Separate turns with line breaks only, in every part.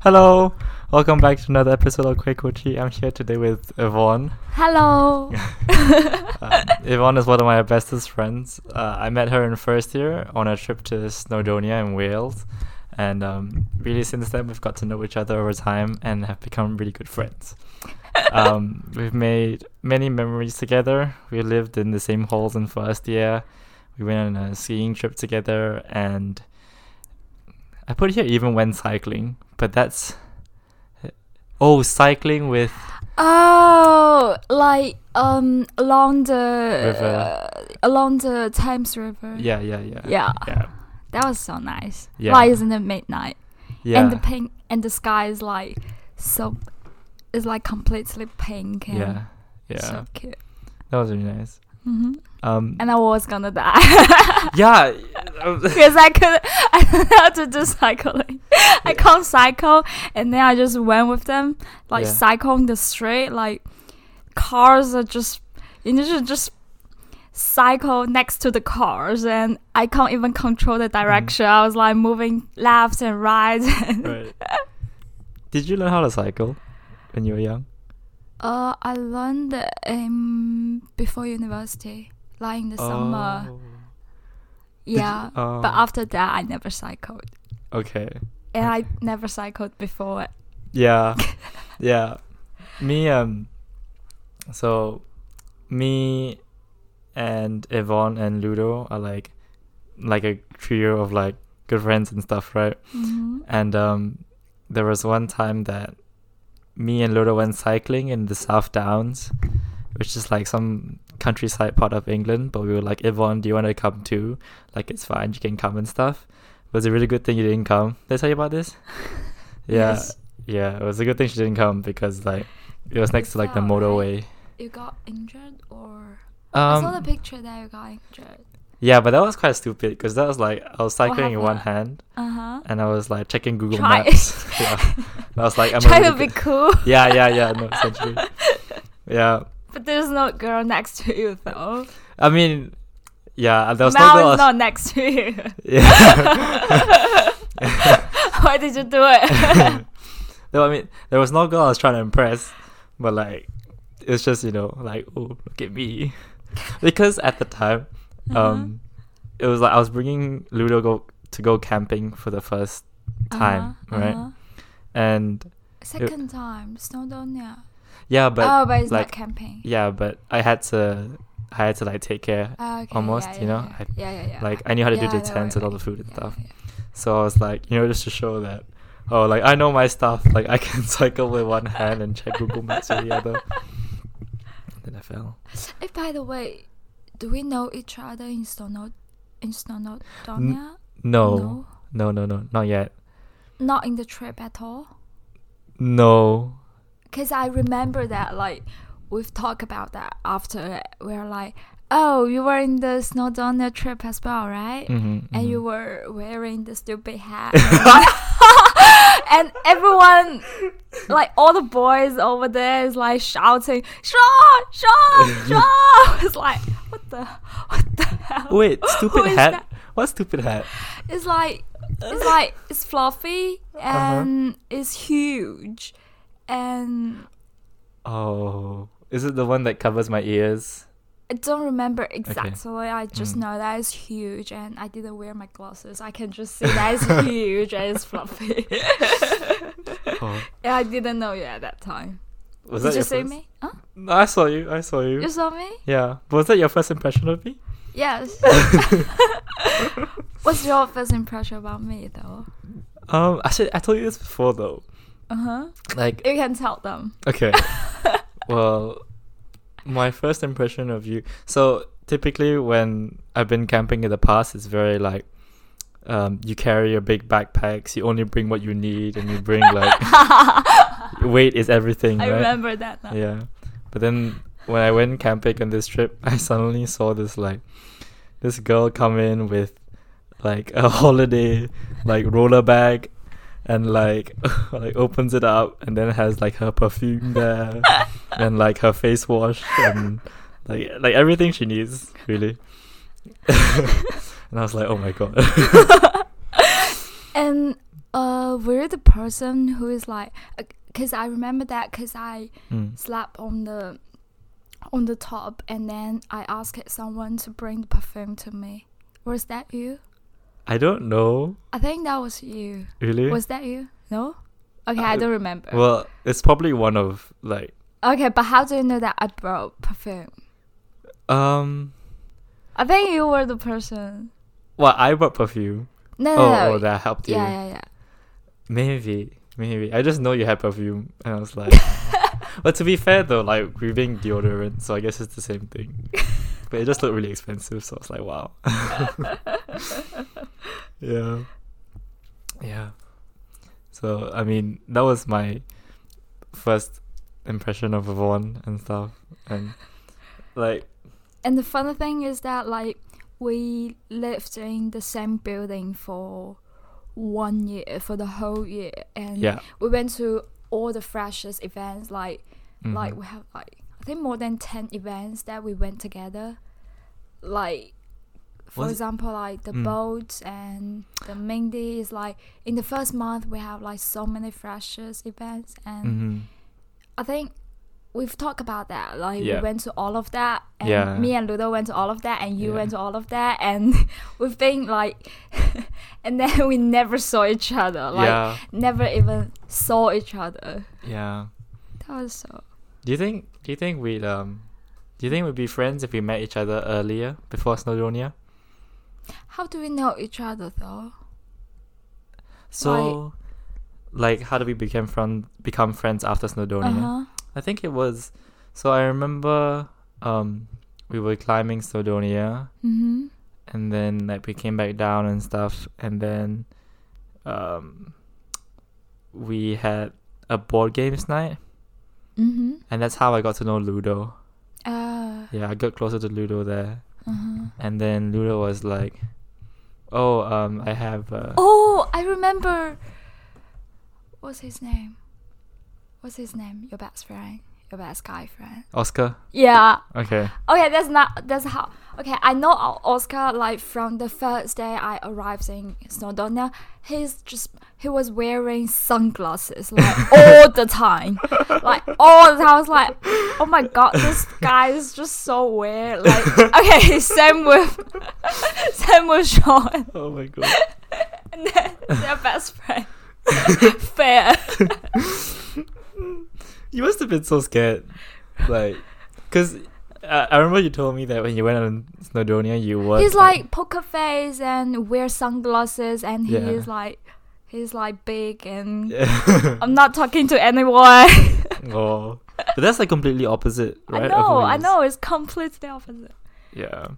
Hello, welcome back to another episode of Quick Uchi. I'm here today with Yvonne.
Hello.
Uh, Yvonne is one of my bestest friends. Uh, I met her in first year on a trip to Snowdonia in Wales, and um, really since then we've got to know each other over time and have become really good friends. um, we've made many memories together. We lived in the same halls in first year. We went on a skiing trip together, and I put here even went cycling, but that's oh cycling with
Oh, like um along the
River.
uh, along the Thames River.
yeah yeah yeah
Yeah.
yeah
That was so nice.
Yeah.
Why isn't it midnight?
yeah
And the pink and the sky is like so it's like completely pink and
yeah yeah
so cute.
that was really nice.
hmm
Um,
And I was gonna die.
yeah,
because I couldn't, I don't know how to do cycling. I can't cycle, and then I just went with them, like
Yeah.
cycling the street, like cars are just, you need to just cycle next to the cars, and I can't even control
Mm-hmm.
the direction. I was like moving left and right.
right. Did you learn how to cycle when you were young?
Uh, I learned um before university, like in the summer.
Oh, Did you-
Yeah,
oh.
but after that, I never cycled.
okay.
And I never cycled before
Yeah, yeah. Me um, so me and Yvonne and Ludo are like like a trio of like good friends and stuff, right?
Mhm.
And um, there was one time that me and Ludo went cycling in the South Downs, which is like some countryside part of England. But we were like, Yvonne, do you want to come too? Like, it's fine, you can come and stuff. It was a really good thing you didn't come. Did I tell you about this? Yeah.
Yes.
Yeah, it was a good thing she didn't come because, like, it was next to like the
It's out, right?
motorway.
You got injured or I
Um,
saw the picture that you got injured.
Yeah, but that was quite stupid because that was like, I was cycling in one hand
Uh huh.
and I was like checking Google
Try.
Maps. yeah. I was like, I'm a
trying to
really
be
good-
cool.
Yeah, yeah, yeah, no, essentially. Yeah.
But there's no girl next to you though.
I mean, yeah, there was no
Mel
girl.
is not next to you.
Yeah.
Why did you do it?
no, I mean, there was no girl I was trying to impress, but like, it's just you know, like, oh, look at me, because at the time, um,
Uh-huh.
it was like I was bringing Ludo go to go camping for the first time,
Uh-huh,
right?
uh-huh.
And
2nd time, Snowdonia.
yeah, but
oh, but it's
like-
not camping.
yeah, but I had to, I had to like take care.
Ah, okay,
almost,
yeah,
you know,
yeah,
I-
yeah, yeah, yeah.
Like I knew how to
Yeah,
do
don't
the tents and all the
worry.
food and
Yeah,
stuff.
yeah.
So I was like, you know, just to show that, oh, like I know my stuff. Like I can cycle with one hand and check Google Maps with the other. Then I fell.
Eh, by the way, do we know each other in Snowdonia? In Snowdonia?
No, no, no, no, not yet.
Not in the trip at all?
No.
because I remember that like we've talked about that after we're like oh you were in the Snowdonia trip as well right
Mm-hmm,
and you were wearing the stupid hat and everyone like all the boys over there is like shouting Sean Sean Sean it's like what the what the hell
Wait,
Who
stupid
is
hat.
that?
What stupid hat?
It's like it's like it's fluffy
Uh-huh.
and it's huge and
Oh, is it the one that covers my ears?
I don't remember exactly. I just
Mm.
know that is huge, and I didn't wear my glasses. I can just see that is huge and it's fluffy.
Oh,
and I didn't know you at that time.
was
Did
that
you
your
see
first-
me? Huh?
No, I saw you. I saw you.
You saw me?
yeah. Was that your first impression of me?
Yes. What's your first impression about me, though?
Um, actually, I told you this before though.
Uh huh.
Like,
You can tell them.
Okay. well, my first impression of you. So typically, when I've been camping in the past, it's very like um, you carry your big backpacks. You only bring what you need, and you bring like weight is everything,
I
right?
remember that now.
Yeah. But then when I went camping on this trip, I suddenly saw this like this girl come in with like a holiday like roller bag and like like opens it up and then has like her perfume there and like her face wash and like like everything she needs really and i was like oh my god
And uh, were you the person who is like, because I remember that because I
Mm.
slapped on the on the top and then I asked someone to bring the perfume to me. Was that you?
I don't know
I think that was you.
really.
Was that you? No? Okay, I
Uh,
don't remember.
well, it's probably one of like
okay, but how do you know that I brought perfume?
um.
I think you were the person.
Well, I bought perfume.
No, no,
oh,
no.
oh, that helped you.
yeah, yeah, yeah.
Maybe, maybe. I just know you had perfume, and I was like. "Oh." but to be fair though, like we're being deodorant, so I guess it's the same thing. but it just looked really expensive, so I was like, wow. yeah. Yeah. So I mean, that was my first impression of Avon and stuff, and like,
And the funny thing is that like we lived in the same building for one year for the whole year and
yeah.
we went to all the freshers events like like
mhm.
we have like I think more than ten events that we went together. Like for
Was it-
example, like the
Mm.
boat and the Mindy is like in the first month we have like so many freshers events and
Mhm.
I think we've talked about that. Like
Yeah.
we went to all of that, and
Yeah.
me and Ludo went to all of that, and you
Yeah.
went to all of that, and we've been like, and then we never saw each other. Like
yeah.
never even saw each other.
Yeah.
That was so.
Do you think? Do you think we'd um? Do you think we'd be friends if we met each other earlier before Snowdonia?
How do we know each other though?
So, like, how do we become from become friends after Snowdonia?
Uh huh.
I think it was. So I remember um, we were climbing Snowdonia,
Mhm.
and then like we came back down and stuff, and then um, we had a board games night,
Mhm.
and that's how I got to know Ludo.
Uh.
Yeah, I got closer to Ludo there.
Uh huh.
And then Ludo was like, "Oh, um, I have." Uh,
Oh, I remember. What's his name? What's his name? Your best friend. Your best guy friend.
Oscar.
Yeah.
Okay.
Okay, that's not that's how. Okay, I know O- Oscar like from the first day I arrived in Snowdonia. He's just he was wearing sunglasses like all the time, like all the time. I was like, oh my god, this guy is just so weird. Like, okay, same with same with Sean
Oh my god.
and then their best friend. Fair.
You must have been so scared, like, cause I, I remember you told me that when you went on Snowdonia, you were.
He's like poker face and wear sunglasses, and he
Yeah.
is like he's like big and.
Yeah.
I'm not talking to anyone.
oh, but that's like completely opposite, right?
I
of
know,
who he
I
is.
know, it's completely opposite.
Yeah,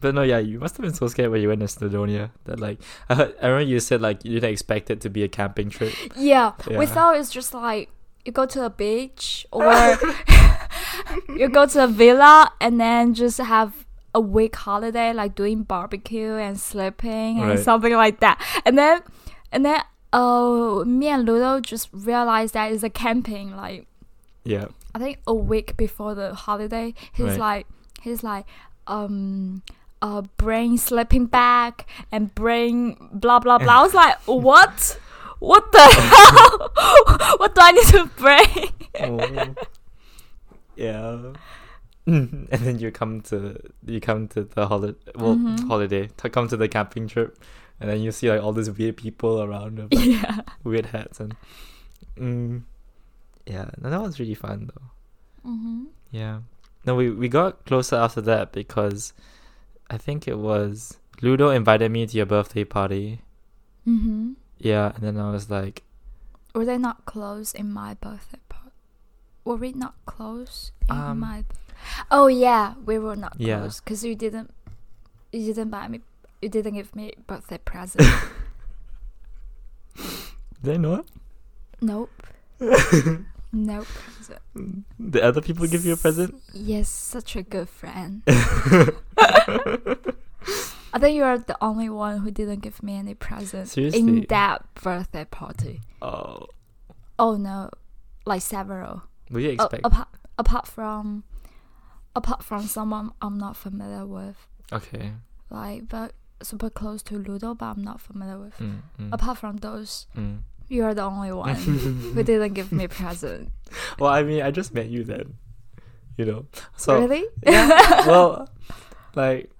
but no, yeah, you must have been so scared when you went to Snowdonia that like I heard, I remember you said like you didn't expect it to be a camping trip.
Yeah,
Yeah.
we thought it's just like you go to a beach or you go to a villa and then just have a week holiday, like doing barbecue and sleeping and
Right.
something like that. And then, and then, uh, me and Ludo just realized that it's a camping, like
Yeah,
I think a week before the holiday, he's
Right.
like he's like um uh bring sleeping bag and bring blah blah blah. I was like, what? What the hell? what do I need to bring?
oh. yeah. and then you come to you come to the holiday well
Mhm.
holiday to come to the camping trip, and then you see like all these weird people around, with, like,
yeah.
weird hats and mm, yeah. No, that was really fun though.
Mm-hmm.
Yeah. No, we we got closer after that because I think it was Ludo invited me to your birthday party.
Mm-hmm.
Yeah, and then I was like,
Were they not close in my birthday part? Were we not close in
Um,
my? Oh yeah, we were not
Yeah.
close because you didn't, you didn't buy me, you didn't give me birthday present.
"Did I know
nope, nope.
it? Did other people give you a present?"
Yes, such a good friend.
Oh.
I think you are the only one who didn't give me any present in
Seriously?
that birthday party.
Oh,
Oh no, like several.
what do you
A-
expect?
apart, apart from, apart from someone I'm not familiar with,
okay.
like but super close to Ludo, but I'm not familiar with.
Mm, mm,
Apart from those,
mm.
you are the only one who didn't give me present.
Well, I mean, I just met you then. You know. So
really?
yeah, well, like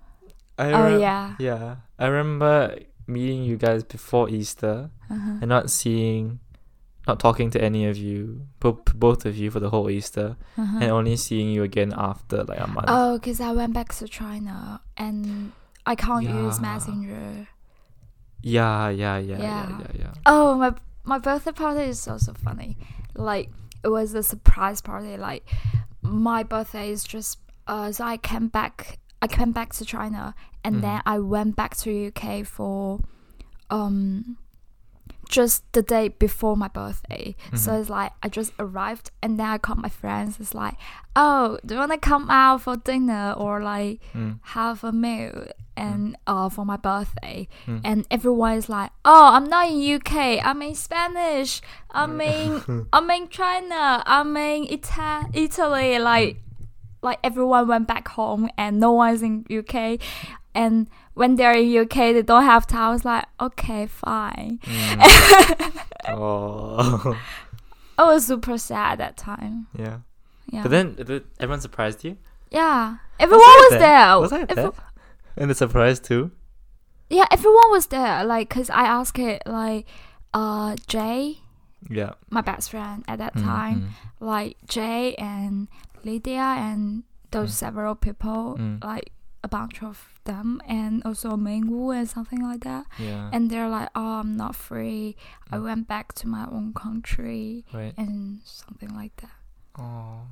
I
oh
rem-
yeah.
yeah, I remember meeting you guys before Easter
Uh-huh.
and not seeing not talking to any of you, bo- both of you for the whole Easter
Uh-huh.
and only seeing you again after like a month.
Oh, because I went back to China and I can't use
Yeah.
Messenger.
Yeah, yeah, yeah, yeah,
Yeah.
yeah, yeah.
Oh, my my birthday party is also funny. Like it was a surprise party. Like my birthday is just uh, so I came back. I came back to China and then I went back to UK for um just the day before my birthday. So
Mm-hmm.
it's like I just arrived and then I called my friends. It's like, oh, do you want to come out for dinner or like
Mm.
have a meal and uh, for my birthday
Mm.
and everyone is like oh i'm not in uk i'm in spanish i'm in i'm in china i'm in Ita- italy like like everyone went back home and no one's in uk and when they're in uk they don't have time I was like okay fine
Mm. oh,
i was super sad at that time
yeah.
yeah
But then th- everyone surprised you.
yeah everyone
I
was,
there?
there
Was I
Every-
there? And the surprise too.
yeah everyone was there like because i asked it like uh jay
Yeah.
my best friend at
Mm-hmm.
that time, like Jay and Lydia and those several people,
Mm.
like a bunch of them, and also Mingwu and something like that.
Yeah.
And they're like, "Oh, I'm not free. I went back to my own country
right.
and something like that."
Oh.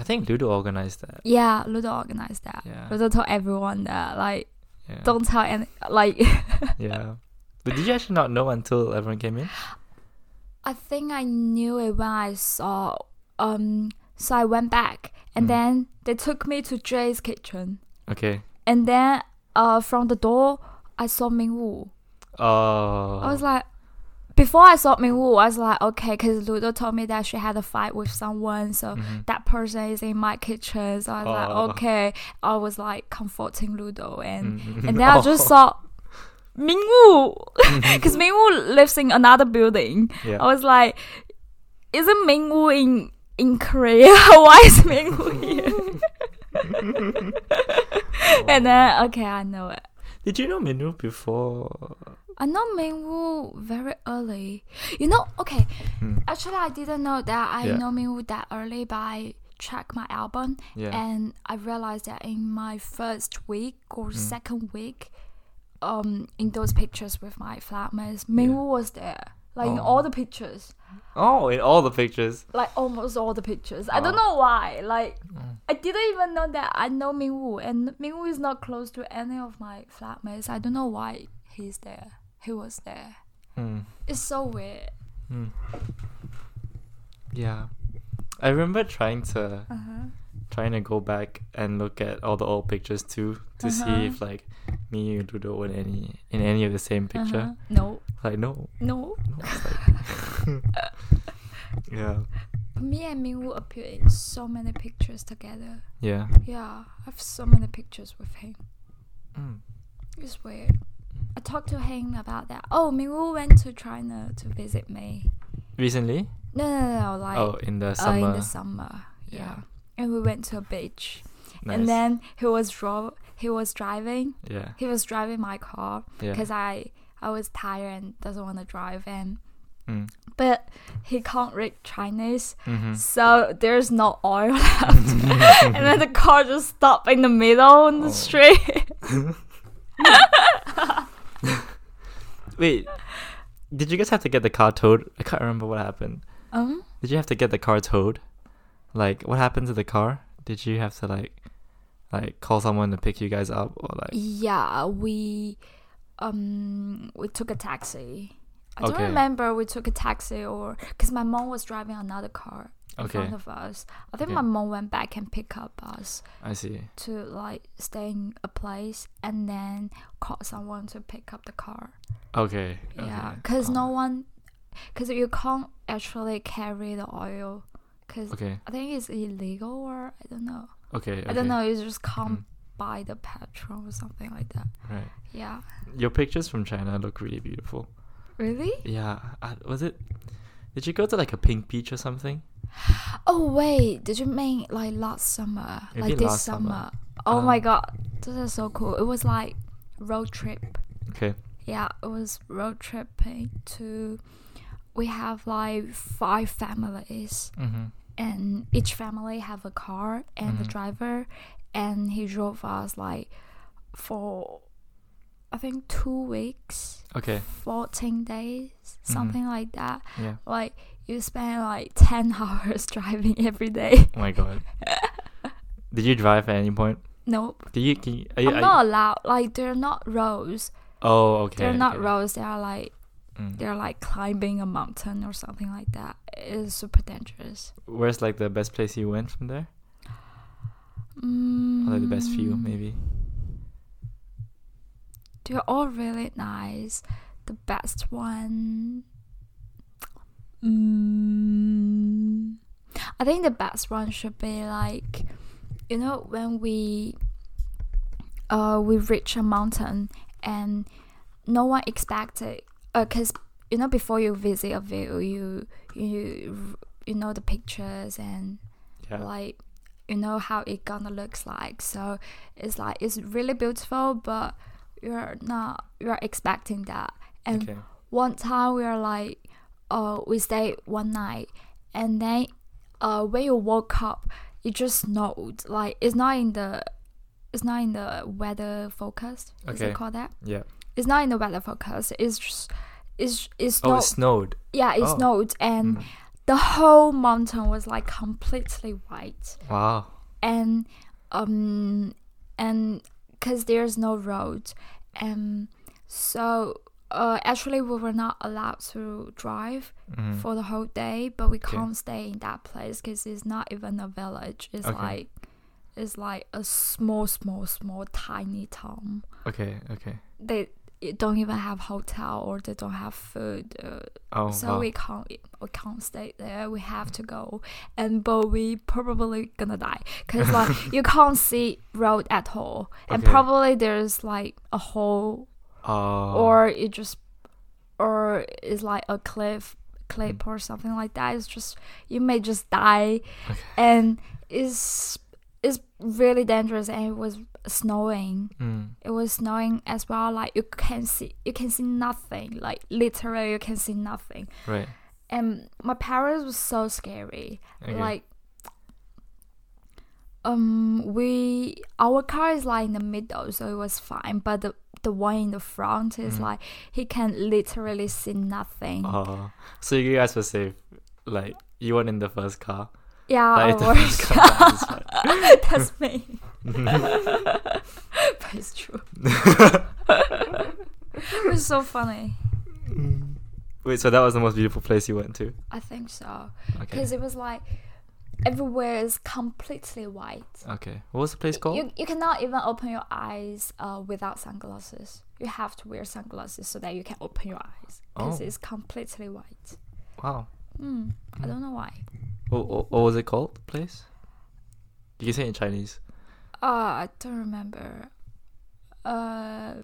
I think Ludo organized that.
Yeah, Ludo organized that.
Yeah.
Ludo told everyone that, like,
Yeah.
don't tell any, like.
Yeah. But did you actually not know until everyone came in?
I think I knew it when I saw. Um, so I went back, and
Mm.
then they took me to Jay's kitchen.
Okay.
And then uh, from the door, I saw Ming Wu.
Oh.
I was like, before I saw Ming Wu, I was like, okay, because Ludo told me that she had a fight with someone, so
Mhm.
that person is in my kitchen. So I was
Oh.
like, okay. I was like comforting Ludo, and
Mhm.
and then I
Oh.
just saw Ming Wu, because Ming Wu lives in another building.
Mm-hmm. Oh, Yeah.
I was like, isn't Ming Wu in in Korea? Why is Ming Wu here? and then okay, I know it.
Did you know Minu before?
I know Mingwu very early. You know, okay.
Hmm.
Actually, I didn't know that I
Yeah.
know Mingwu that early, but I checked my album
Yeah.
and I realized that in my first week
Hmm.
or second week, um, in those pictures with my flatmates, Mingwu was there. Like in
Oh.
all the pictures,
oh, in all the pictures.
like almost all the pictures. I don't
Oh.
know why. Like
Hmm.
I didn't even know that I know Mingwu, and Mingwu is not close to any of my flatmates. I don't know why he's there. He was there.
Mm.
It's so weird.
Yeah. I remember trying to
Uh-huh.
trying to go back and look at all the old pictures too to
Uh-huh.
see if like me and Ludo were in any in any of the same picture.
Uh-huh. No,
Like no, no,
no.
it's like yeah,
Me and Mingwu appear in so many pictures together.
yeah.
Yeah, I have so many pictures with him.
Mm.
It's weird. I talked to him about that. Oh, Mingwu went to China to visit me.
Recently,
No, no, no, no like
oh, in the
uh,
summer.
in the summer. Yeah.
Yeah.
and we went to a beach.
Nice.
And then he was draw. He was driving.
yeah,
He was driving my car
yeah.
because I I was tired and doesn't want to drive and
Mm.
but he can't read Chinese.
Mhm.
So there's no oil left. and then the car just stopped in the middle on the
Oh.
street.
Wait, did you guys have to get the car towed? I can't remember what happened.
um,
Did you have to get the car towed? Like, what happened to the car? Did you have to like, like call someone to pick you guys up or like?
yeah, we um we took a taxi. I don't
Okay.
remember we took a taxi or because my mom was driving another car in
Okay,
front of us. I think
Okay.
my mom went back and picked up us
I see.
to like stay in a place and then call someone to pick up the car.
Okay.
Yeah,
okay.
because
Oh,
no one, because you can't actually carry the oil, because
Okay.
I think it's illegal or I don't know.
Okay. Mm-hmm.
I don't know. You just can't buy the petrol or something like that.
Right.
Yeah.
Your pictures from China look really beautiful.
Really?
Yeah. I, was it? Did you go to like a pink beach or something?
Oh wait, did you mean like last summer?
Maybe
like this
last summer.
summer. Oh my
Um,
god, this is so cool. It was like road trip.
Okay.
Yeah, it was road tripping to. We have like five families,
Mm-hmm.
and each family have a car and the
Mhm.
driver, and he drove us like for, I think two weeks,
Okay.
fourteen days,
Mm-hmm.
something like that.
Yeah.
Like you spend like ten hours driving every day.
Oh my god. Did you drive at any point?
Nope.
Did you? Can you- are you,
I'm
are
not
you-
allowed. Like they're not roads.
oh, okay.
they're not
okay.
roads. They are like
Mm.
they're like climbing a mountain or something like that. It's super dangerous.
Where's like the best place you went from there?
Mm.
Or like the best view, maybe?
They're all really nice. The best one. Mm, I think the best one should be like, you know, when we uh we reach a mountain and no one expected because you know before you visit a view you you you know the pictures and
Yeah.
like you know how it gonna looks like so it's like it's really beautiful but you're not you're expecting that and
okay.
one time we are like uh we stayed one night and then uh when you woke up it just snowed like it's not in the it's not in the weather forecast is
Okay.
it called that
Yeah.
it's not in the weather forecast it's just it's it's
Oh,
not
it snowed.
yeah it
oh.
snowed and
Mm.
the whole mountain was like completely white
Wow.
and um and because there's no road and so uh, actually we were not allowed to drive
Mm.
for the whole day but we
Okay.
can't stay in that place because it's not even a village it's
Okay.
like it's like a small small small tiny town
Okay. Okay.
they it don't even have hotel or they don't have food uh,
Oh.
so
wow.
we can't we can't stay there. We have to go, and but we probably gonna die because like you can't see road at all, and
Okay.
probably there's like a hole
Oh.
or it just or it's like a cliff
Mm.
clip or something like that. It's just you may just die,
Okay.
and it's it's really dangerous. And it was snowing.
Mm.
It was snowing as well. Like you can see you can see nothing. Like literally you can see nothing
Right.
and my parents was so scary
Okay.
like um we our car is like in the middle so it was fine but the the one in the front is
Mhm.
like he can literally see nothing
Oh. So you guys were safe. Like you weren't in the first car.
yeah
Like,
I
the
was-
first car is fine.
that's me but it's true it was so funny
Wait. So that was the most beautiful place you went to.
i think so
Okay.
because it was like everywhere is completely white
Okay. What was the place called?
You, you cannot even open your eyes uh, without sunglasses. You have to wear sunglasses so that you can open your eyes because
Oh.
it's completely white.
Wow.
Mm, I
Mm.
don't know why.
What, what, what was it called? the Place? You can say it in Chinese.
Uh, I don't remember. Uh,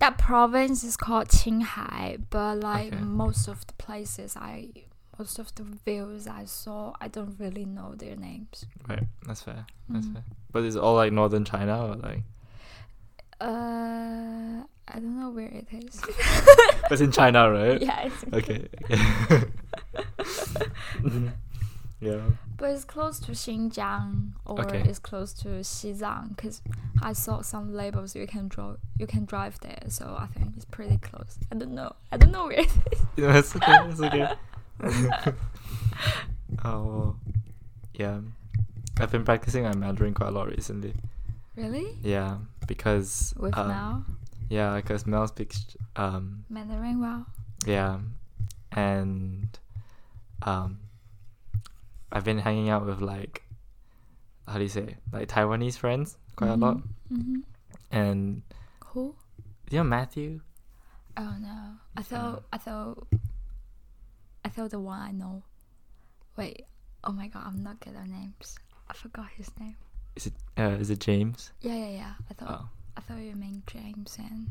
that province is called Qinghai, but like
Okay.
most of the places I, most of the views I saw, I don't really know their names.
Right. That's fair. That's
Mm.
fair. But it's all like northern China or like.
Uh, I don't know where it is.
It's in China, right?
yeah, it's
Okay. yeah.
But it's close to Xinjiang or
Okay.
it's close to Xizang because I saw some labels you can draw you can drive there, so I think it's pretty close. I don't know. I don't know where it is.
No, it's okay. It's okay. oh, well, yeah. I've been practicing my Mandarin quite a lot recently.
Really?
Yeah, because
With
um,
now?
Yeah, because Mel speaks um,
Mandarin wow.
Yeah, and um, I've been hanging out with like how do you say like Taiwanese friends quite a lot,
Mm-hmm.
and
Cool.
you know Matthew.
Oh no. I
Uh,
thought I thought I thought the one I know. Wait, oh my god, I'm not good at names. I forgot his name.
Is it uh, is it James?
Yeah, yeah, yeah. I thought
Oh.
I thought you meant James and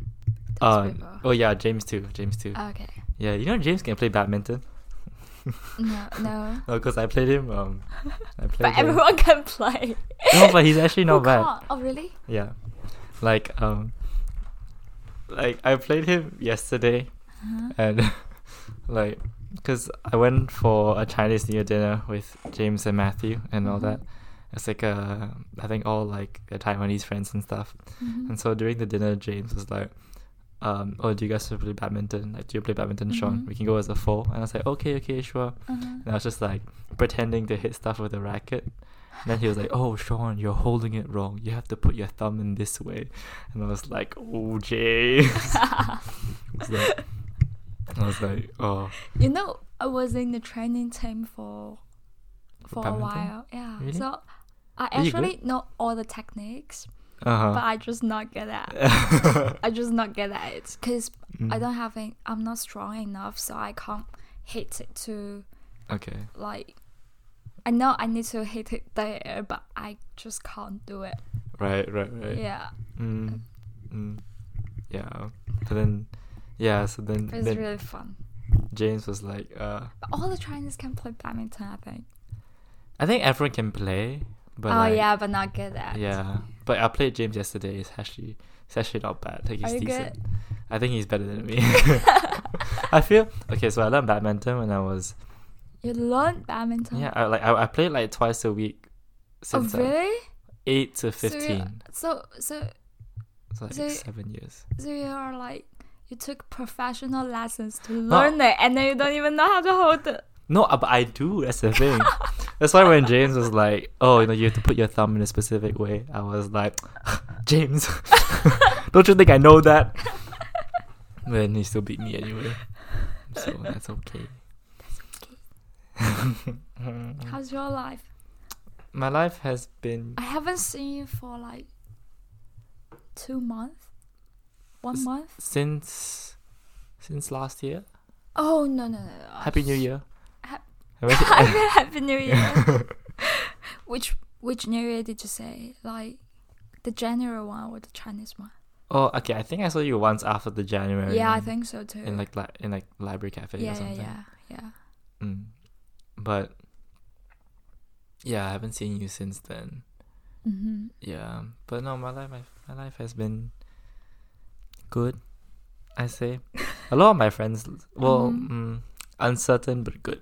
those
Uh,
people.
oh yeah, James too. James too.
Okay.
yeah, you know James can play badminton.
No, no.
No, because I played him. Um, I played.
but
him.
everyone can play.
No, but he's actually
Who
not bad.
can't? Oh, really?
Yeah, like um, like I played him yesterday,
Uh-huh.
and like, cause I went for a Chinese New Year dinner with James and Matthew and all
Mhm.
that. It's like uh, I think all like the Taiwanese friends and stuff.
Mhm.
And so during the dinner, James was like, um, "Oh, do you guys play badminton? Like, do you play badminton, Sean?
Mhm.
We can go as a four. And I was like, "Okay, okay, sure."
Uh-huh.
And I was just like pretending to hit stuff with a racket. And then he was like, "Oh, Sean, you're holding it wrong. You have to put your thumb in this way." And I was like, "Oh, James."
Uh-huh.
I was like, I was like, "Oh,
You know, I was in the training team for for a
badminton?
while. Yeah.
Really?
So I
Are you good?
actually know all the techniques, but
uh
I just not good at.
huh."
I just not good at it because
Mm.
I don't have. Any, I'm not strong enough, so I can't hit it to
okay.
like. I know I need to hit it there, but I just can't do it.
Right. Right. Right.
Yeah,
Mm, mm, yeah. But then, yeah. So then,
it's
then
really fun.
James was like, uh,
But all the Chinese can play badminton, I think.
"I think everyone can play, but
oh
like,
yeah, but not good at.
Yeah, but I played James yesterday. It's actually it's actually not bad. Like he's
Are you
decent. I think he's better than me. I feel okay. So I learned badminton when I was
You learned badminton.
yeah. I like I, I played like twice a week
Oh
since uh, I,
really?
eight to
So you-
fifteen.
So so
It's like
so-
seven years.
so you are like you took professional lessons to
No.
learn it, and then you don't even know how to hold it.
No, uh, but I do. That's the thing. that's why when James was like, "Oh, you know, you have to put your thumb in a specific way," I was like, "James, don't you think I know that?" then he still beat me anyway, so that's okay.
How's your life?
My life has been
I haven't seen you for like two months, one
S-
month.
since since last year.
Oh no no no! no.
Happy New Year.
Ha-
I went to-
happy, happy New Year. which which New Year did you say? Like the general one or the Chinese one?
oh, okay. I think I saw you once after the January.
Yeah, I
one
think so too.
in like li- in like library cafe or
yeah yeah
something.
yeah yeah.
Mm. But yeah, I haven't seen you since then.
Mm-hmm.
Yeah, but no, my life, my, my life has been good. I say, a lot of my friends, well,
Mhm.
mm, uncertain but good,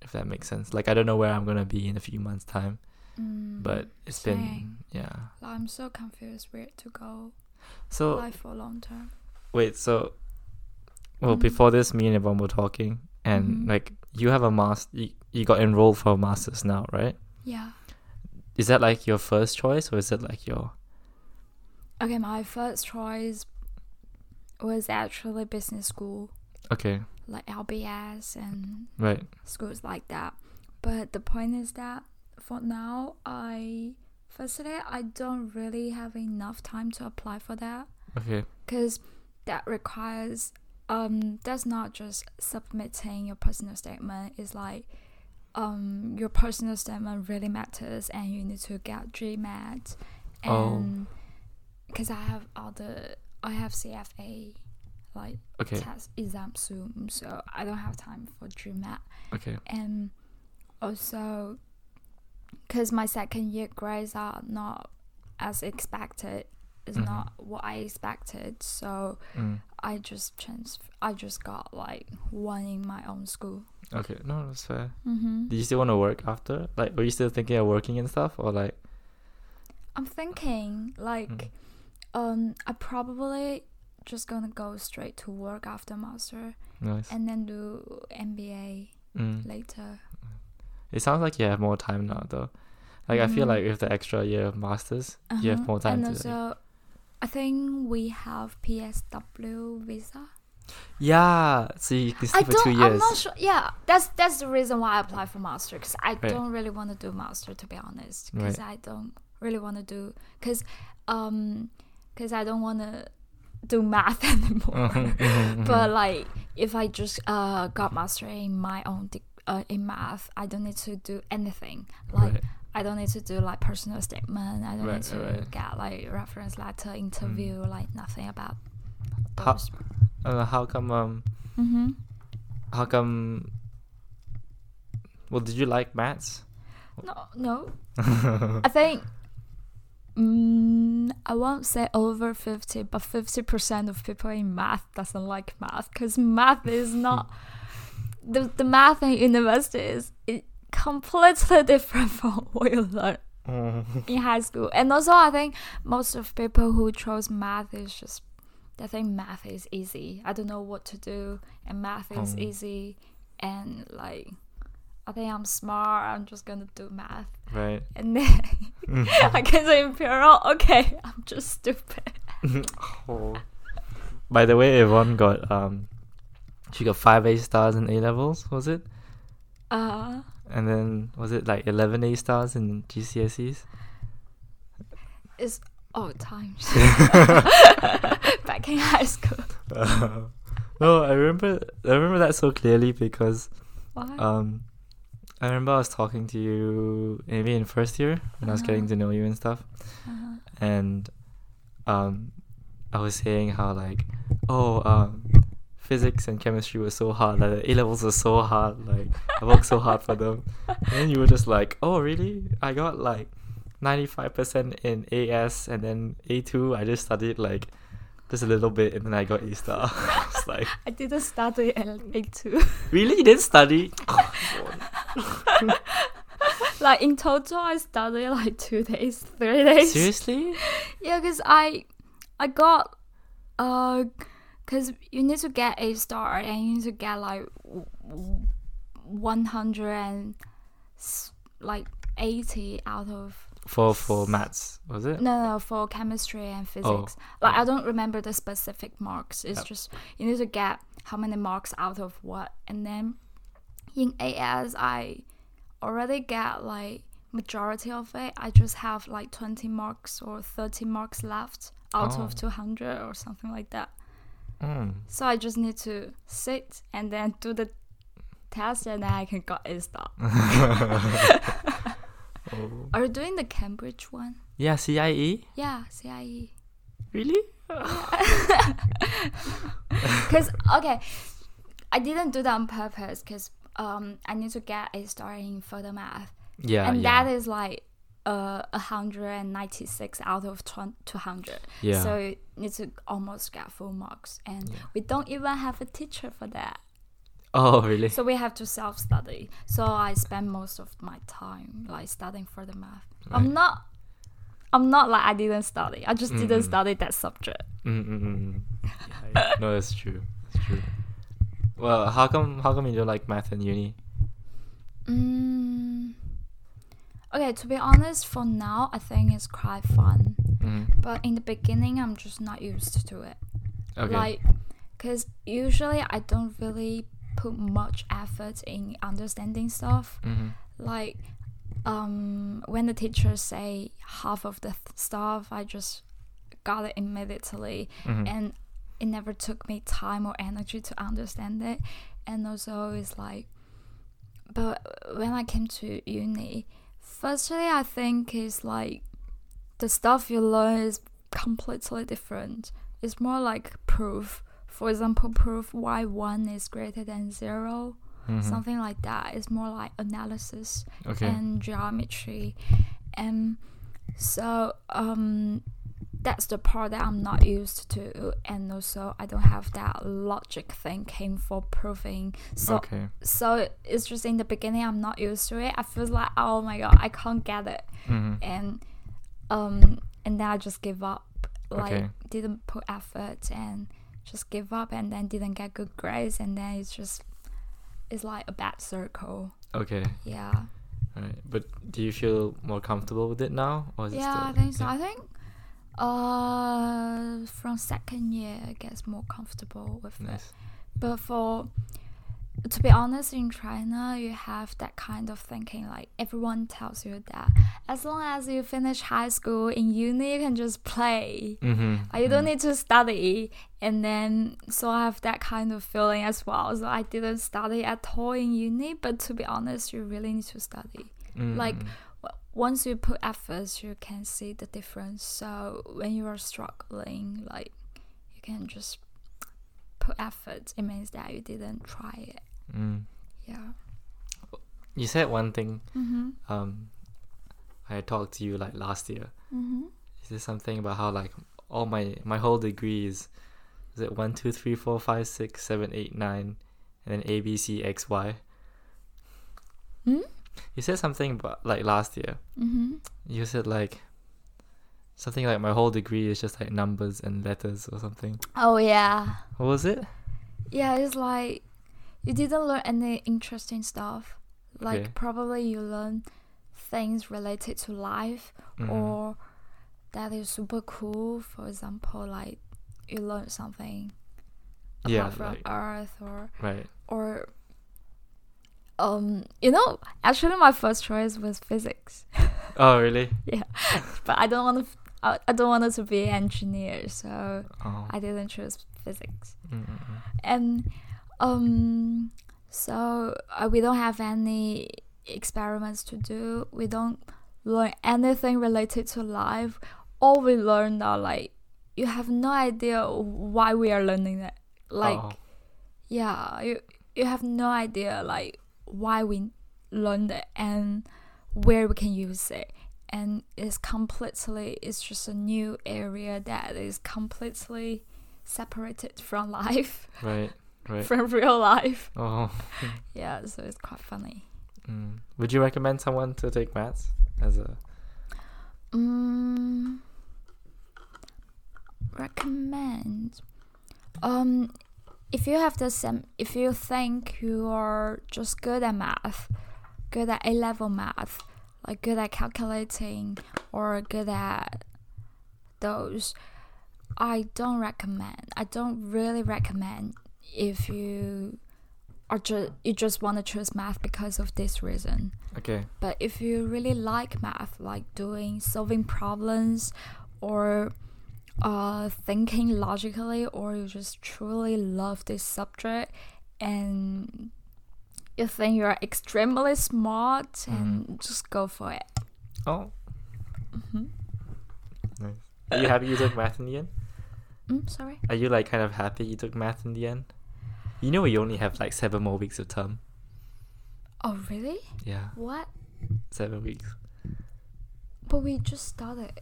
if that makes sense. Like I don't know where I'm gonna be in a few months' time,
Mm.
but it's been
Same.
yeah.
Like, I'm so confused where to go.
So
Life for long term.
wait, so well,
Mhm.
before this, me and Yvonne were talking, and
Mhm.
like you have a master, you, you got enrolled for a masters now, right?
Yeah.
Is that like your first choice, or is it like your
Okay, my first choice was actually business school,
okay,
like LBS and
right?
schools like that. But the point is that for now, I firstly I don't really have enough time to apply for that
Okay,
because that requires um that's not just submitting your personal statement. It's like um your personal statement really matters, and you need to get GMAT
Oh.
and because I have other I have CFA like
okay,
test exam soon, so I don't have time for GMAT
okay,
and also because my second year grades are not as expected is
Mhm.
not what i expected so
mm.
i just transf- i just got like one in my own school
okay. No, that's fair.
mm-hmm.
Do you still want to work after? Like, were you still thinking of working and stuff, or like,
i'm thinking like
Mm-hmm.
um i probably just gonna go straight to work after master
nice?
and then do mba
Mm.
later
It sounds like you have more time now, though. Like, I feel
Mhm.
like with the extra year of masters, you have
Uh-huh.
more time
and
to. like-
also i think we have psw visa
yeah, so you can stay
I
for
don't.
two years.
I'm not sure. Yeah, that's that's the reason why I applied for master because I
Right.
don't really want to do master to be honest. Because I don't really want to do because um because I don't want to do math anymore.
Mhm, mhm,
but
mhm.
like if I just uh got master in my own de- uh, in math, I don't need to do anything. Like
Right.
I don't need to do like personal statement. I don't
Right,
need to
right. Mm.
get like reference letter, interview, like nothing about
How,
those.
uh, how come um
Mm-hmm.
how come well did you like maths?
No, no. I think mm, I won't say over 50, but 50% of people in math doesn't like math because math is not the, the math in university is it completely different from what you learn
Mm.
in high school. And also, I think most of people who chose math is just they think math is easy. I don't know what to do, and math is
Um.
easy. And like, I think I'm smart. I'm just gonna do math.
right.
And then
Mm.
I guess in Imperial, okay, I'm just stupid.
Oh. By the way, Yvonne got um she got five A stars in A levels, was it?
Uh,
And then was it like eleven A stars in GCSEs?
it's old times. Back in high school.
no, I remember I remember that so clearly because
Why?
um I remember I was talking to you maybe in first year when I was getting
Uh-huh.
to know you and stuff.
Uh-huh.
and um, I was saying how like, oh, um, physics and chemistry were so hard. Like the A levels were so hard. Like I worked so hard for them. And then you were just like, oh, really? I got like ninety five percent in AS, and then A two. I just studied like just a little bit, and then I got A star. I was like,
I didn't study at like two.
really? You didn't study?
like in total i studied like two days three days
Seriously?
yeah because i i got uh because you need to get a star and you need to get like w- w- 100 and s- like 80 out of
For for maths was it?
no no for chemistry
Oh,
and physics like i don't remember the specific marks it's
Yep.
just you need to get how many marks out of what and then in as i already get like majority of it i just have like 20 marks or 30 marks left out
Oh.
of 200 or something like that
Mm.
so i just need to sit and then do the test and then i can got a star
Oh.
are you doing the cambridge one
Yeah, E? CIE.
yeah E. cie
Really?
Because okay, I didn't do that on purpose. Because um, I need to get a star in further math,
Yeah.
and
Uh, yeah.
that is like uh, 196 out of 20 200.
Yeah.
So you need to almost get full marks, and we don't even have a teacher for that.
Oh, really?
So we have to self-study. So I spend most of my time like studying for the math. I'm not. I'm not like I didn't study. I just didn't study that subject.
Mm, mm, mm, mm. Yeah, no, that's true. That's true. Well, how come how come you don't like math in uni?
Mm. Okay, to be honest, for now, I think it's quite fun.
Mm.
But in the beginning, I'm just not used to it.
Okay.
Like, because usually I don't really put much effort in understanding stuff.
mm-hmm.
Like, um, when the teachers say half of the th- stuff, I just got it immediately.
Mm-hmm.
And it never took me time or energy to understand it. And also, it's like, but when I came to uni, firstly, I think is like the stuff you learn is completely different. It's more like proof. For example, proof why one is greater than 0 something like that. It's more like analysis
Mm-hmm. Okay.
and geometry, and so um, that's the part that I'm not used to, and also I don't have that logic thinking for proving. So
okay.
so it's just in the beginning I'm not used to it. I feel like oh my god, I can't get it,
Mm-hmm.
and um and then I just give up. Like
Okay.
didn't put effort and just give up, and then didn't get good grades, and then it's just it's like a bad circle.
Okay.
Yeah.
All right. But do you feel more comfortable with it now, or is it
Yeah,
still?
I think so.
yeah.
I think uh from second year it gets more comfortable with it.
Nice.
But for to be honest, in China you have that kind of thinking. Like everyone tells you that as long as you finish high school in uni, you can just play.
Mm-hmm.
Like, You don't need to study, and then so I have that kind of feeling as well. So I didn't
Mm-hmm.
study at all in uni, but to be honest, you really need to study. Like once you put efforts, you can see the difference. So when you are struggling, like you can just put effort. It means that you didn't try it.
Mm.
Yeah.
You said one thing.
Mm-hmm.
Um, I talked to you like last year.
Mm-hmm.
Is there something about how like all my my whole degrees? Is it one two three four five six seven eight nine, and then A B C X Y?
Hmm?
You said something about like last year.
Mm-hmm.
You said like something like my whole degree is just like numbers and letters or something.
Oh yeah.
What was it?
Yeah, it's like you didn't learn any interesting stuff. Like
Okay.
probably you learn things related to life
Mhm.
or that is super cool. For example, like you learn something apart
yeah,
from
like,
Earth or
right.
or um you know actually my first choice was physics,
Oh really?
but I don't want to. I I don't want to be an engineer, so
Oh.
I didn't choose physics.
Mm, mm, mm.
and um so uh, we don't have any experiments to do we don't learn anything related to life all we learn are like you have no idea why we are learning that like
Oh.
yeah you you have no idea like why we learned it and where we can use it and it's completely it's just a new area that is completely separated from life
right, right.
from real life.
Oh.
Yeah, so it's quite funny.
Mm. Would you recommend someone to take maths as a?
Mm, recommend. Um, if you have the same, if you think you are just good at math, good at A level math, like good at calculating or good at those, I don't recommend. I don't really recommend if you are just you just want to choose math because of this reason.
Okay.
But if you really like math, like doing solving problems or uh, thinking logically, or you just truly love this subject and you think you're extremely smart, and just go for it.
Oh,
Mm-hmm.
nice. Are you happy you took math in the end?
Mm, sorry.
Are you like kind of happy you took math in the end? You know we only have like seven more weeks of term.
Oh, really?
Yeah,
What?
seven weeks.
But we just started.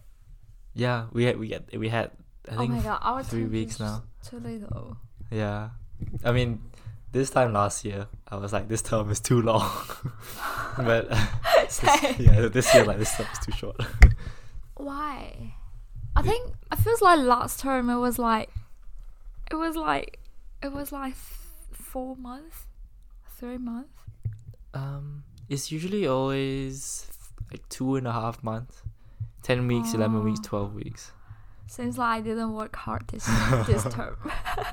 Yeah, we had we had we had. I
oh
think
my god, our
three
time
weeks
is
now.
Too little.
Yeah, I mean, this time last year I was like, this term is too long, but this, yeah, this year like this term is too short.
Why? I think I feels like last term it was like, it was like, it was like f- four months, three months.
Um, it's usually always like two and a half months, ten weeks, eleven weeks,
Oh.
twelve weeks.
Seems like I didn't work hard this this term.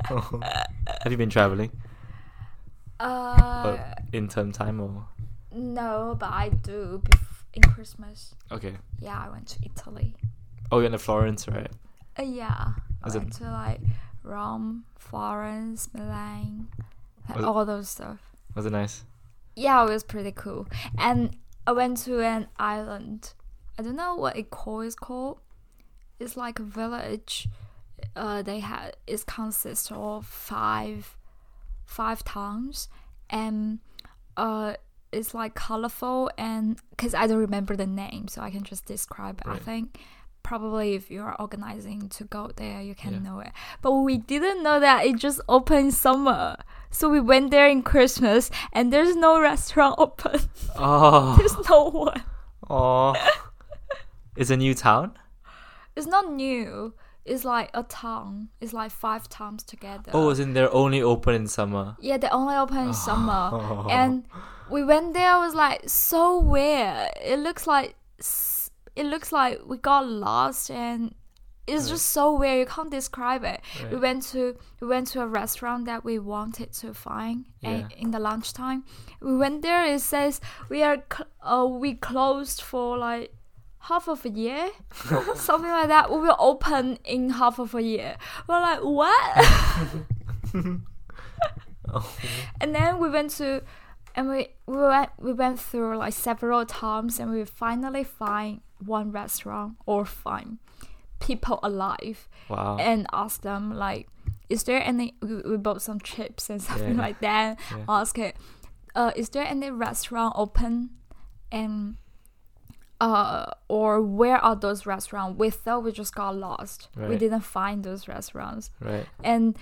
Have you been traveling?
Uh,
in term time or
no, but I do bef- in Christmas.
okay?
Yeah, I went to Italy.
Oh, you're in Florence, right?
Uh, yeah, I
Was it-
went to like Rome, Florence, Milan, like
Was it-
all those stuff.
Was it nice?
Yeah, it was pretty cool. And I went to an island. I don't know what it call is called. It's like a village. Uh, they had it consists of five, five towns, and uh, it's like colorful and because I don't remember the name, so I can just describe. I
Right.
think probably if you are organizing to go there, you can
Yeah.
know it. But we didn't know that it just opened summer. So we went there in Christmas and there's no restaurant open.
Oh,
There's no one.
oh, it's a new town.
It's not new. It's like a town. It's like five towns together.
Oh, it's in there only open in summer.
yeah, they only open in summer.
Oh.
And we went there it was like so weird. It looks like s- it looks like we got lost and it's
Right.
just so weird. You can't describe it. We
Right.
went to we went to a restaurant that we wanted to find a-
Yeah.
in the lunchtime. We went there. It says we are cl- uh, we closed for like half of a year,
Oh.
something like that. We will open in half of a year. We're like what?
Oh.
and then we went to and we we went we went through like several times and we finally find one restaurant or find people alive
Wow.
and ask them like is there any we, we bought some chips and something
Yeah.
like that
Yeah.
ask it uh is there any restaurant open and uh or where are those restaurants we thought we just got lost we
Right.
didn't find those restaurants
right.
and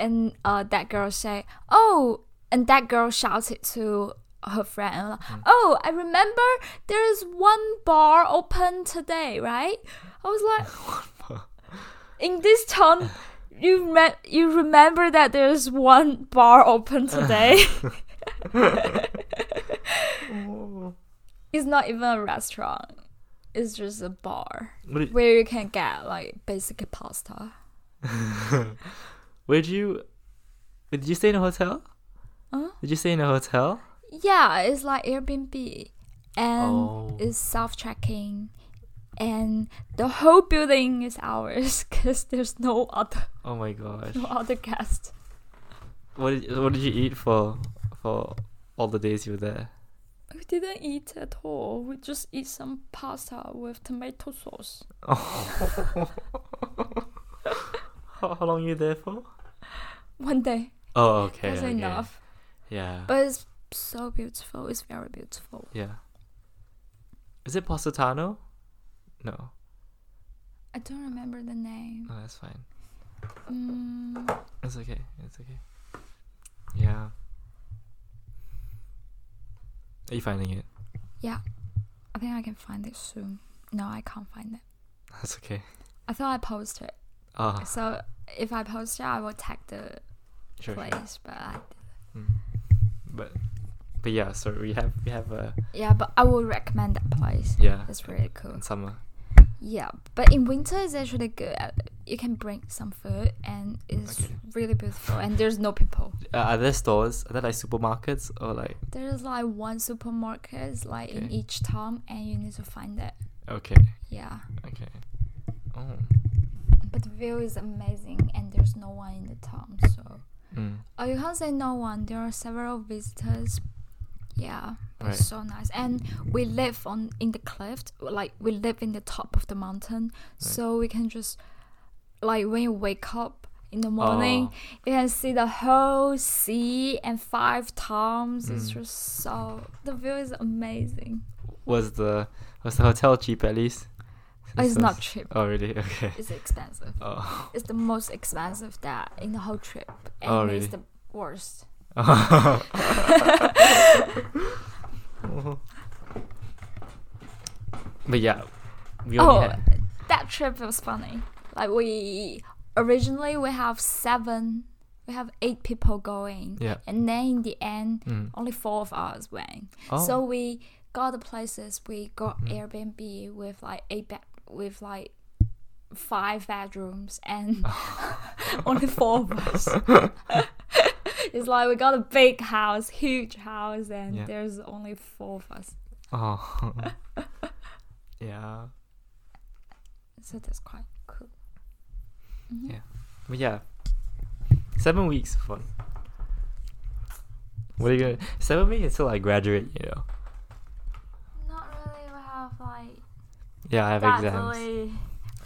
and uh, that girl said, "Oh," and that girl shouted to her friend, "Oh, I remember there is one bar open today, right?" I was like, in this tone, you re- you remember that there's one bar open today.
Oh.
it's not even a restaurant. It's just a bar
What did,
where you can get like basic pasta.
where'd you? Did you stay in a hotel?
Huh?
Did you stay in a hotel?
Yeah, it's like Airbnb and
Oh.
it's self checking and the whole building is ours because there's no other
Oh my gosh.
no other guest.
What did What did you eat for for all the days you were there?
We didn't eat at all. We just eat some pasta with tomato sauce.
Oh. how, how long you there for?
One day.
Oh, okay.
That's
okay.
enough.
Yeah.
But it's so beautiful. It's very beautiful.
yeah. Is it Positano? No.
I don't remember the name.
No, that's fine.
Mm,
It's okay. It's okay. Yeah. Are you finding it?
I think I can find it soon. No, I can't find it.
That's okay.
I thought I posted.
Ah,
So if I post it, I will tag the
sure. sure.
place, but I,
Mm. But but yeah, so we have we have uh, a
yeah, but I would recommend that place.
yeah
It's really cool.
in summer.
Yeah, but in winter it's actually good. Uh, You can bring some food and it's
Okay.
really beautiful. And there's no people.
Uh, are there stores? Are there like supermarkets or like
There's like one supermarket it's like in
Okay.
each town, and you need to find it.
okay
Yeah,
okay. Oh.
but the view is amazing, and there's no one in the town. So
Mm.
oh, you can't say no one. There are several visitors. Yeah, but
Right.
so nice. And we live on in the cliff, like we live in the top of the mountain, so we can just like when you wake up in the morning,
Oh.
you can see the whole sea and five towns.
Mm.
It's just so the view is amazing.
Was the was the hotel cheap at least?
Oh, it's
Since
not
that's-
cheap.
Oh really? Okay.
It's expensive.
Oh.
It's the most expensive that in the whole trip, and
Oh, really?
it's the worst.
But yeah, we
Oh,
only had-
that trip was funny. Like we originally we have seven, we have eight people going,
Yeah.
and then in the end,
Mm.
only four of us went.
Oh. Mm-hmm.
So we got the places. We got Airbnb with like eight bed with like five bedrooms and only four of us. it's like we got a big house, huge house, and
Yeah.
there's only four of us.
Oh. yeah.
So that's quite cool. Mm-hmm.
But yeah. Seven weeks of fun. What are you gonna seven weeks until I graduate, you know.
Not really. We have like.
Yeah, I have
That's
exams.
only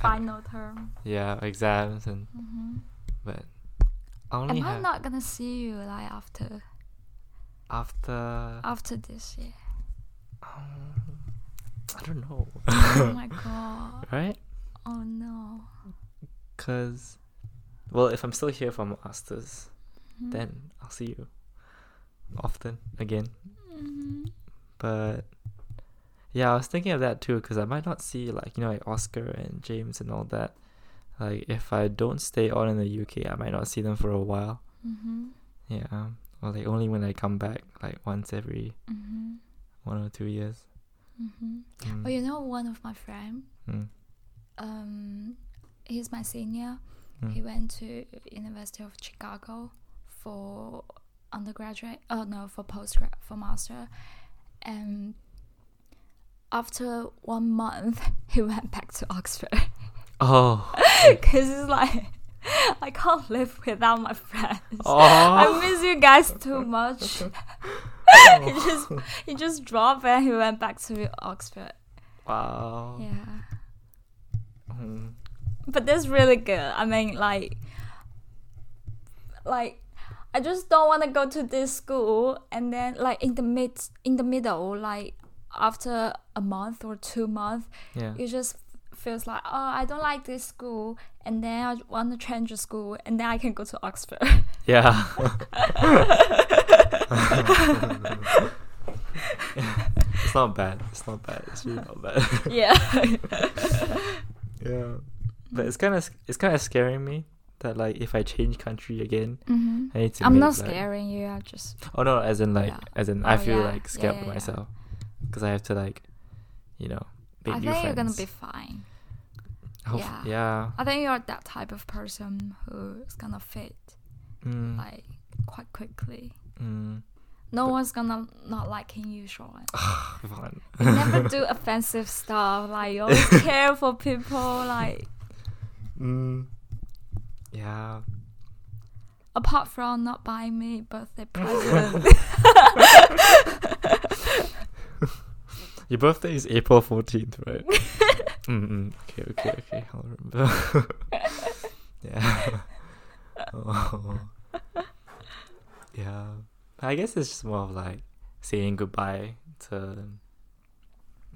final term.
Yeah, exams and
hmm
but I only
Am I
have
not gonna see you like after
after
after this year?
um, I don't know.
oh my god!
right?
Oh no!
Cause well if I'm still here for masters,
Mhm.
then I'll see you often again.
Mhm.
But yeah, I was thinking of that too because I might not see like you know like Oscar and James and all that. Like if I don't stay on in the UK, I might not see them for a while.
Mhm.
Yeah, or like only when I come back, like once every
Mhm.
one or two years.
Mhm.
Mm.
Oh, you know one of my friend.
Mm.
Um, he's my senior.
Mm.
He went to University of Chicago for undergraduate. Oh no, for postgrad for master, and after one month, he went back to Oxford.
Oh,
Cause it's like I can't live without my friends.
oh,
I miss you guys too much. he just he just dropped and he went back to Oxford.
Wow.
Yeah.
Mm.
but that's really good. I mean, like, like, I just don't want to go to this school, and then like in the mid, in the middle, like after a month or two months,
Yeah.
you just feels like, oh, I don't like this school, and then I want to change the school, and then I can go to Oxford.
Yeah. it's not bad. It's not bad. It's really not bad.
yeah.
yeah.
Mm.
But it's kind of it's kind of scaring me that like if I change country again,
hmm
I need to.
I'm
make,
not
like-
scaring you. I just
Oh no, as in like
Yeah.
as in I
Oh,
feel
yeah.
like
Yeah,
scared
yeah,
of
yeah.
myself because I have to like, you know, make
I
new
think you're gonna
friends.
be fine.
Hope-
yeah.
yeah.
I think you're that type of person who's gonna fit
Mm,
like quite quickly.
mm.
No
But-
one's gonna not liking you, Sean.
Fun.
You never do offensive stuff. Like you always care for people. Like
Mm. Yeah.
apart from not buying me birthday present.
Your birthday is April 14th, right? Mm-mm. Okay, okay, okay. I'll remember. yeah. oh. Yeah. I guess it's just more of like saying goodbye to,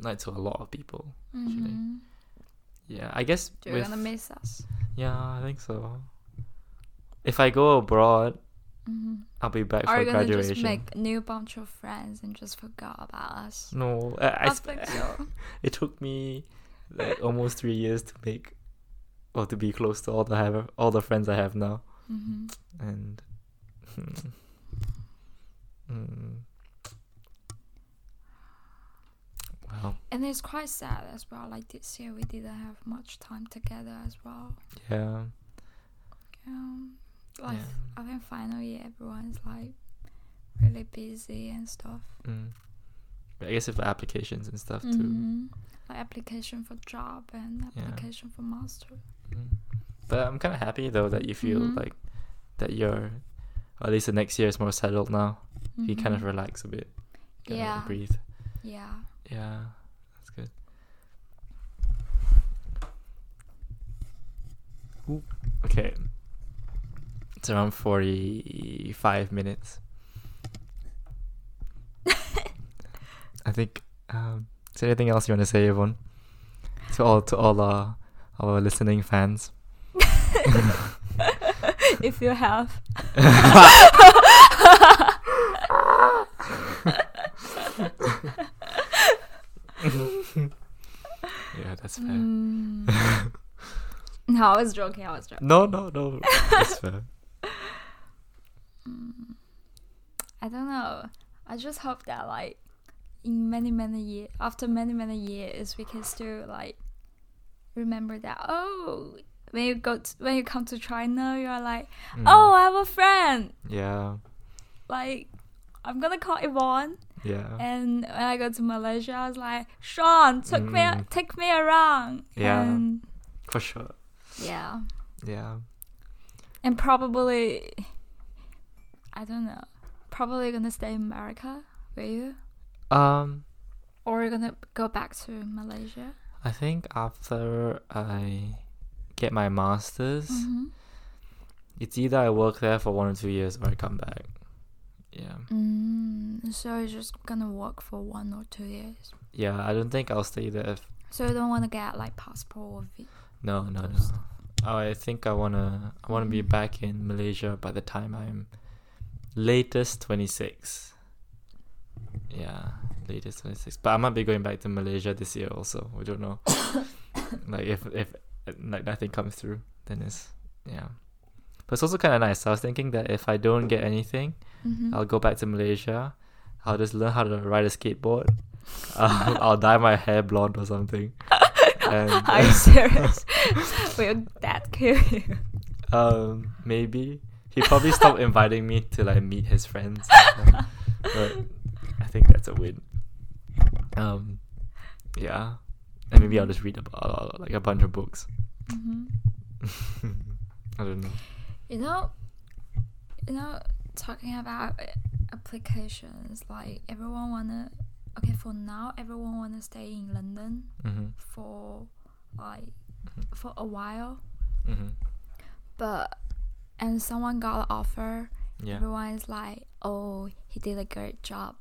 like, to a lot of people. Actually.
Mhm.
Yeah, I guess.
You're
with-
gonna miss us.
Yeah, I think so. If I go abroad,
Mhm.
I'll be back
Are
for
you gonna
graduation.
just make new bunch of friends and just forgot about us?
no, I, I
I
sp-
think so.
it took me like almost three years to make or to be close to all the have all the friends I have now,
Mhm.
and hmm. Mm. well,
And it's quite sad as well. Like this year, we didn't have much time together as well.
yeah,
Um, like
Yeah.
I think final year everyone's like really busy and stuff.
mm. I guess if applications and stuff too,
Mhm. Like application for job and
Yeah.
application for master.
Mm. but I'm kind of happy though that you feel
Mhm.
like that you're or at least the next year is more settled now. You kind of
Mhm.
relax a bit, kinda
yeah
breathe.
yeah.
Yeah, that's good. Ooh, okay. It's around 45 minutes. I think. Um, is there anything else you want to say, Yvonne? To all, to all our, our listening fans.
if you have
Yeah, that's fair.
Mm. no, I was joking. I was joking.
No, no, no. That's fair.
Mm. I don't know. I just hope that like in many many years after many many years we can still like remember that oh when you go to, when you come to China you are like
Mm.
oh I have a friend
Yeah,
like I'm gonna call Yvonne
yeah.
and when I go to Malaysia I was like Sean took me
Mm.
take me around
Yeah.
and,
For sure.
yeah
Yeah.
and probably I don't know probably gonna stay in America will you
Um,
or you're gonna go back to Malaysia.
I think after I get my masters,
Mhm.
it's either I work there for one or two years or I come back. Yeah.
Mm, so you're just gonna work for one or two years.
Yeah, I don't think I'll stay there. If,
So you don't want to get like passport or visa.
no, no, no.
Understood.
Oh, I think I wanna I wanna be
Mhm.
back in Malaysia by the time I'm latest 26. Yeah, latest 26. But I might be going back to Malaysia this year also. We don't know. like if if uh, like nothing comes through, then it's yeah. But it's also kind of nice. I was thinking that if I don't get anything,
Mhm.
I'll go back to Malaysia. I'll just learn how to ride a skateboard. Um, I'll dye my hair blonde or something. And-
Are you serious? Will that kill you?
Um, maybe he probably stopped inviting me to like meet his friends. and stuff, but I think that's a win. Um, yeah, and maybe I'll just read about like a bunch of books.
Mhm.
I don't know.
You know, you know, talking about uh, applications. Like everyone wanna. Okay, for now, everyone wanna stay in London
Mm-hmm.
for like for a while.
Mm-hmm.
But and someone got an offer.
Yeah.
Everyone is like, oh, he did a great job.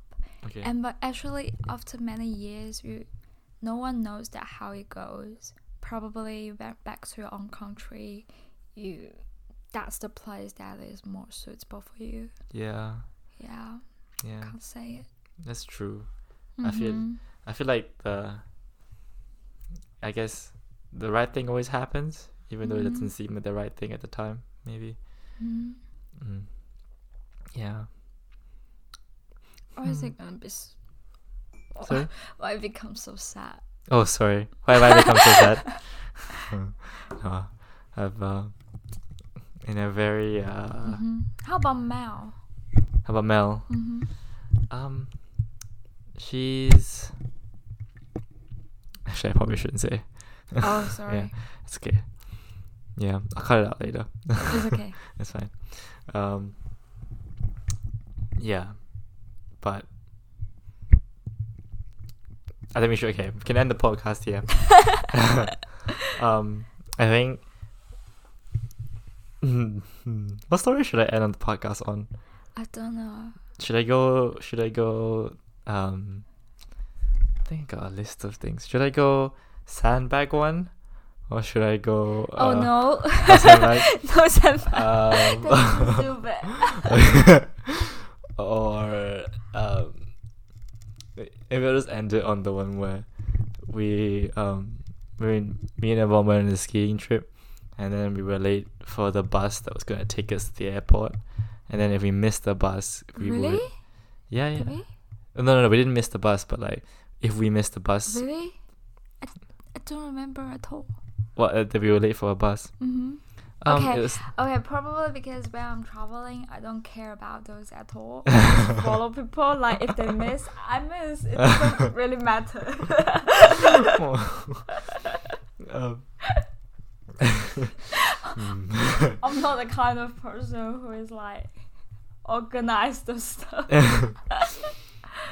Okay.
And but actually, after many years, you, no one knows that how it goes. Probably you back back to your own country. You, that's the place that is more suitable for you.
yeah.
Yeah,
Yeah.
can't say it.
That's true. I feel-
Mhm.
I feel like the I guess the right thing always happens, even though it
Mhm.
doesn't seem like the right thing at the time, maybe.
Mm.
Mm. Yeah.
Or is
Hmm.
it gonna be? S-
Sorry?
Why it becomes so sad?
Oh, sorry. Why have I become so sad? no, I've uh, in a very uh,
Mhm. How about Mel?
how about Mel?
hmm
Um, she's actually I probably shouldn't say.
Oh, sorry.
It's okay. Yeah, I'll cut it out later.
It's okay.
It's fine. Um, yeah, but I think we should okay. We can end the podcast here. um, I think. what story should I end on the podcast on?
I don't know.
Should I go? Should I go? Um, I think I got a list of things. Should I go sandbag one, or should I go?
oh
uh,
no.
not sandbag.
no senpai.
Um,
That's stupid.
or um, maybe I'll just end it on the one where we um, we me and everyone went on a skiing trip, and then we were late for the bus that was gonna take us to the airport, and then if we missed the bus, we
really?
would yeah yeah
Did we?
no no no we didn't miss the bus but like if we missed the bus
Really? I, I don't remember at all.
well uh, that we were late for a bus
Mm-hmm.
um
Okay.
it was
Okay, probably because when I'm traveling, I don't care about those at all. I just follow people. Like if they miss, I miss. It doesn't really matter.
um,
I'm not the kind of person who is like organized the stuff.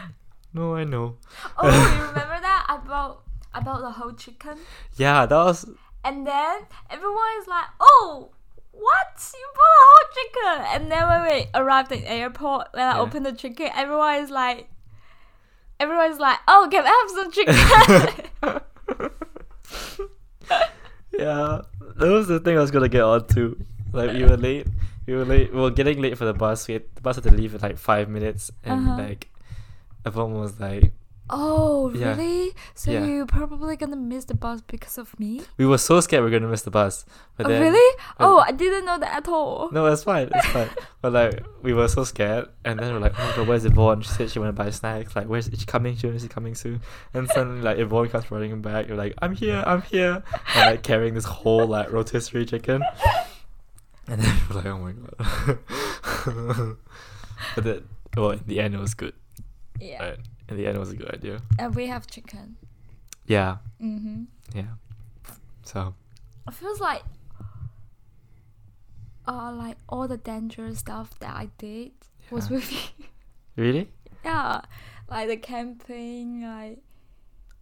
no I know
oh, you remember that I bought I bought the whole chicken,
yeah that was
and then everyone is like, "Oh, what? You bought a whole chicken?" And then when we arrived at the airport, when I
Yeah.
opened the chicken, everyone is like, everyone is like, "Oh, can I have some chicken?"
yeah that was the thing I was gonna get on to like we were late we were late we were getting late for the bus we had, the bus had to leave in like five minutes and
Uh-huh.
like everyone was like
oh,
Yeah.
really? So
Yeah.
you're probably gonna miss the bus because of me?
we were so scared we were gonna miss the bus but
Oh,
then
really?
but-
oh, I didn't know that at all.
No, it's fine. It's fine. but like, we were so scared, and then we're like, "Oh my god, where's Yvonne?" She said she went to buy snacks. Like, where's she coming soon? Is she coming soon? And suddenly, like, Yvonne comes running back. You're like, "I'm here! I'm here!" And like carrying this whole like rotisserie chicken. And then we're like, "Oh my god!" but then, well, in the end, it was good.
Yeah,
Right? In the end, it was a good idea.
and we have chicken.
Yeah,
Mm-hmm.
yeah. So
it feels like uh like all the dangerous stuff that I did was
Yeah.
with you.
really,
yeah. Like the camping, like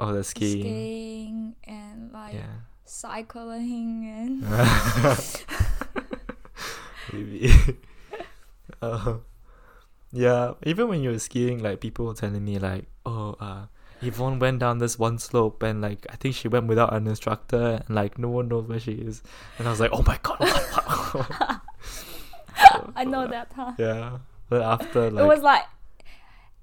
oh, the
skiing,
skiing.
and like
Yeah.
cycling and
Maybe. uh, yeah, even when you were skiing, like people were telling me like, oh, uh, Yvonne went down this one slope and like I think she went without an instructor and like no one knows where she is. And I was like, oh my god, what, what- what?"
I know that time.
Yeah. But after like,
it was like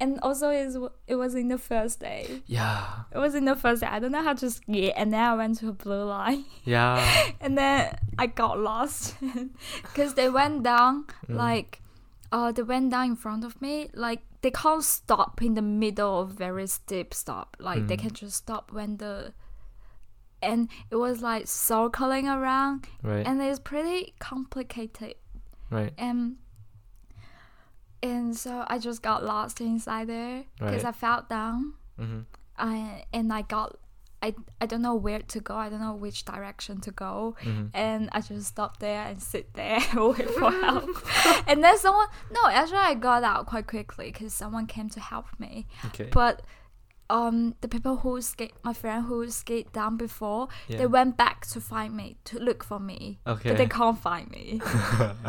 and also is it was in the first day.
yeah,
It was in the first day. I don't know how to ski and then I went to a blue line.
yeah,
and then I got lost because they went down
Mm.
like uh they went down in front of me like they can't stop in the middle of very steep stop like they
Mm.
can just stop when the and it was like circling around
Mm-hmm. right,
and it's pretty complicated
right,
and and so I just got lost inside there because
Right.
I fell down
mm-hmm.
I, and I got I, I don't know where to go. I don't know which direction to go.
Mhm.
And I just stopped there and sit there and wait for help. and then someone, no, actually I got out quite quickly because someone came to help me.
Okay.
But um, the people who skate, my friend who skate down before,
Yeah.
they went back to find me, to look for me.
okay.
But they can't find me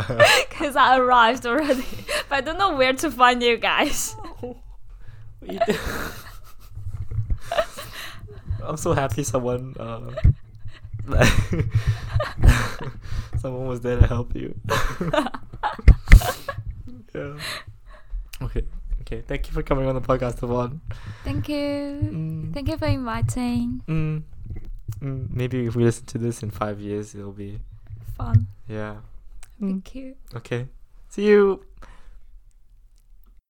because I arrived already. but I don't know where to find you guys.
What you do- I'm so happy someone uh, someone was there to help you. yeah. Okay. Okay. Thank you for coming on the podcast, Yvonne.
Thank you.
Mm,
Thank you for inviting.
mm, mm, maybe if we listen to this in five years, it'll be
Fun.
yeah.
Thank you.
Okay. See you.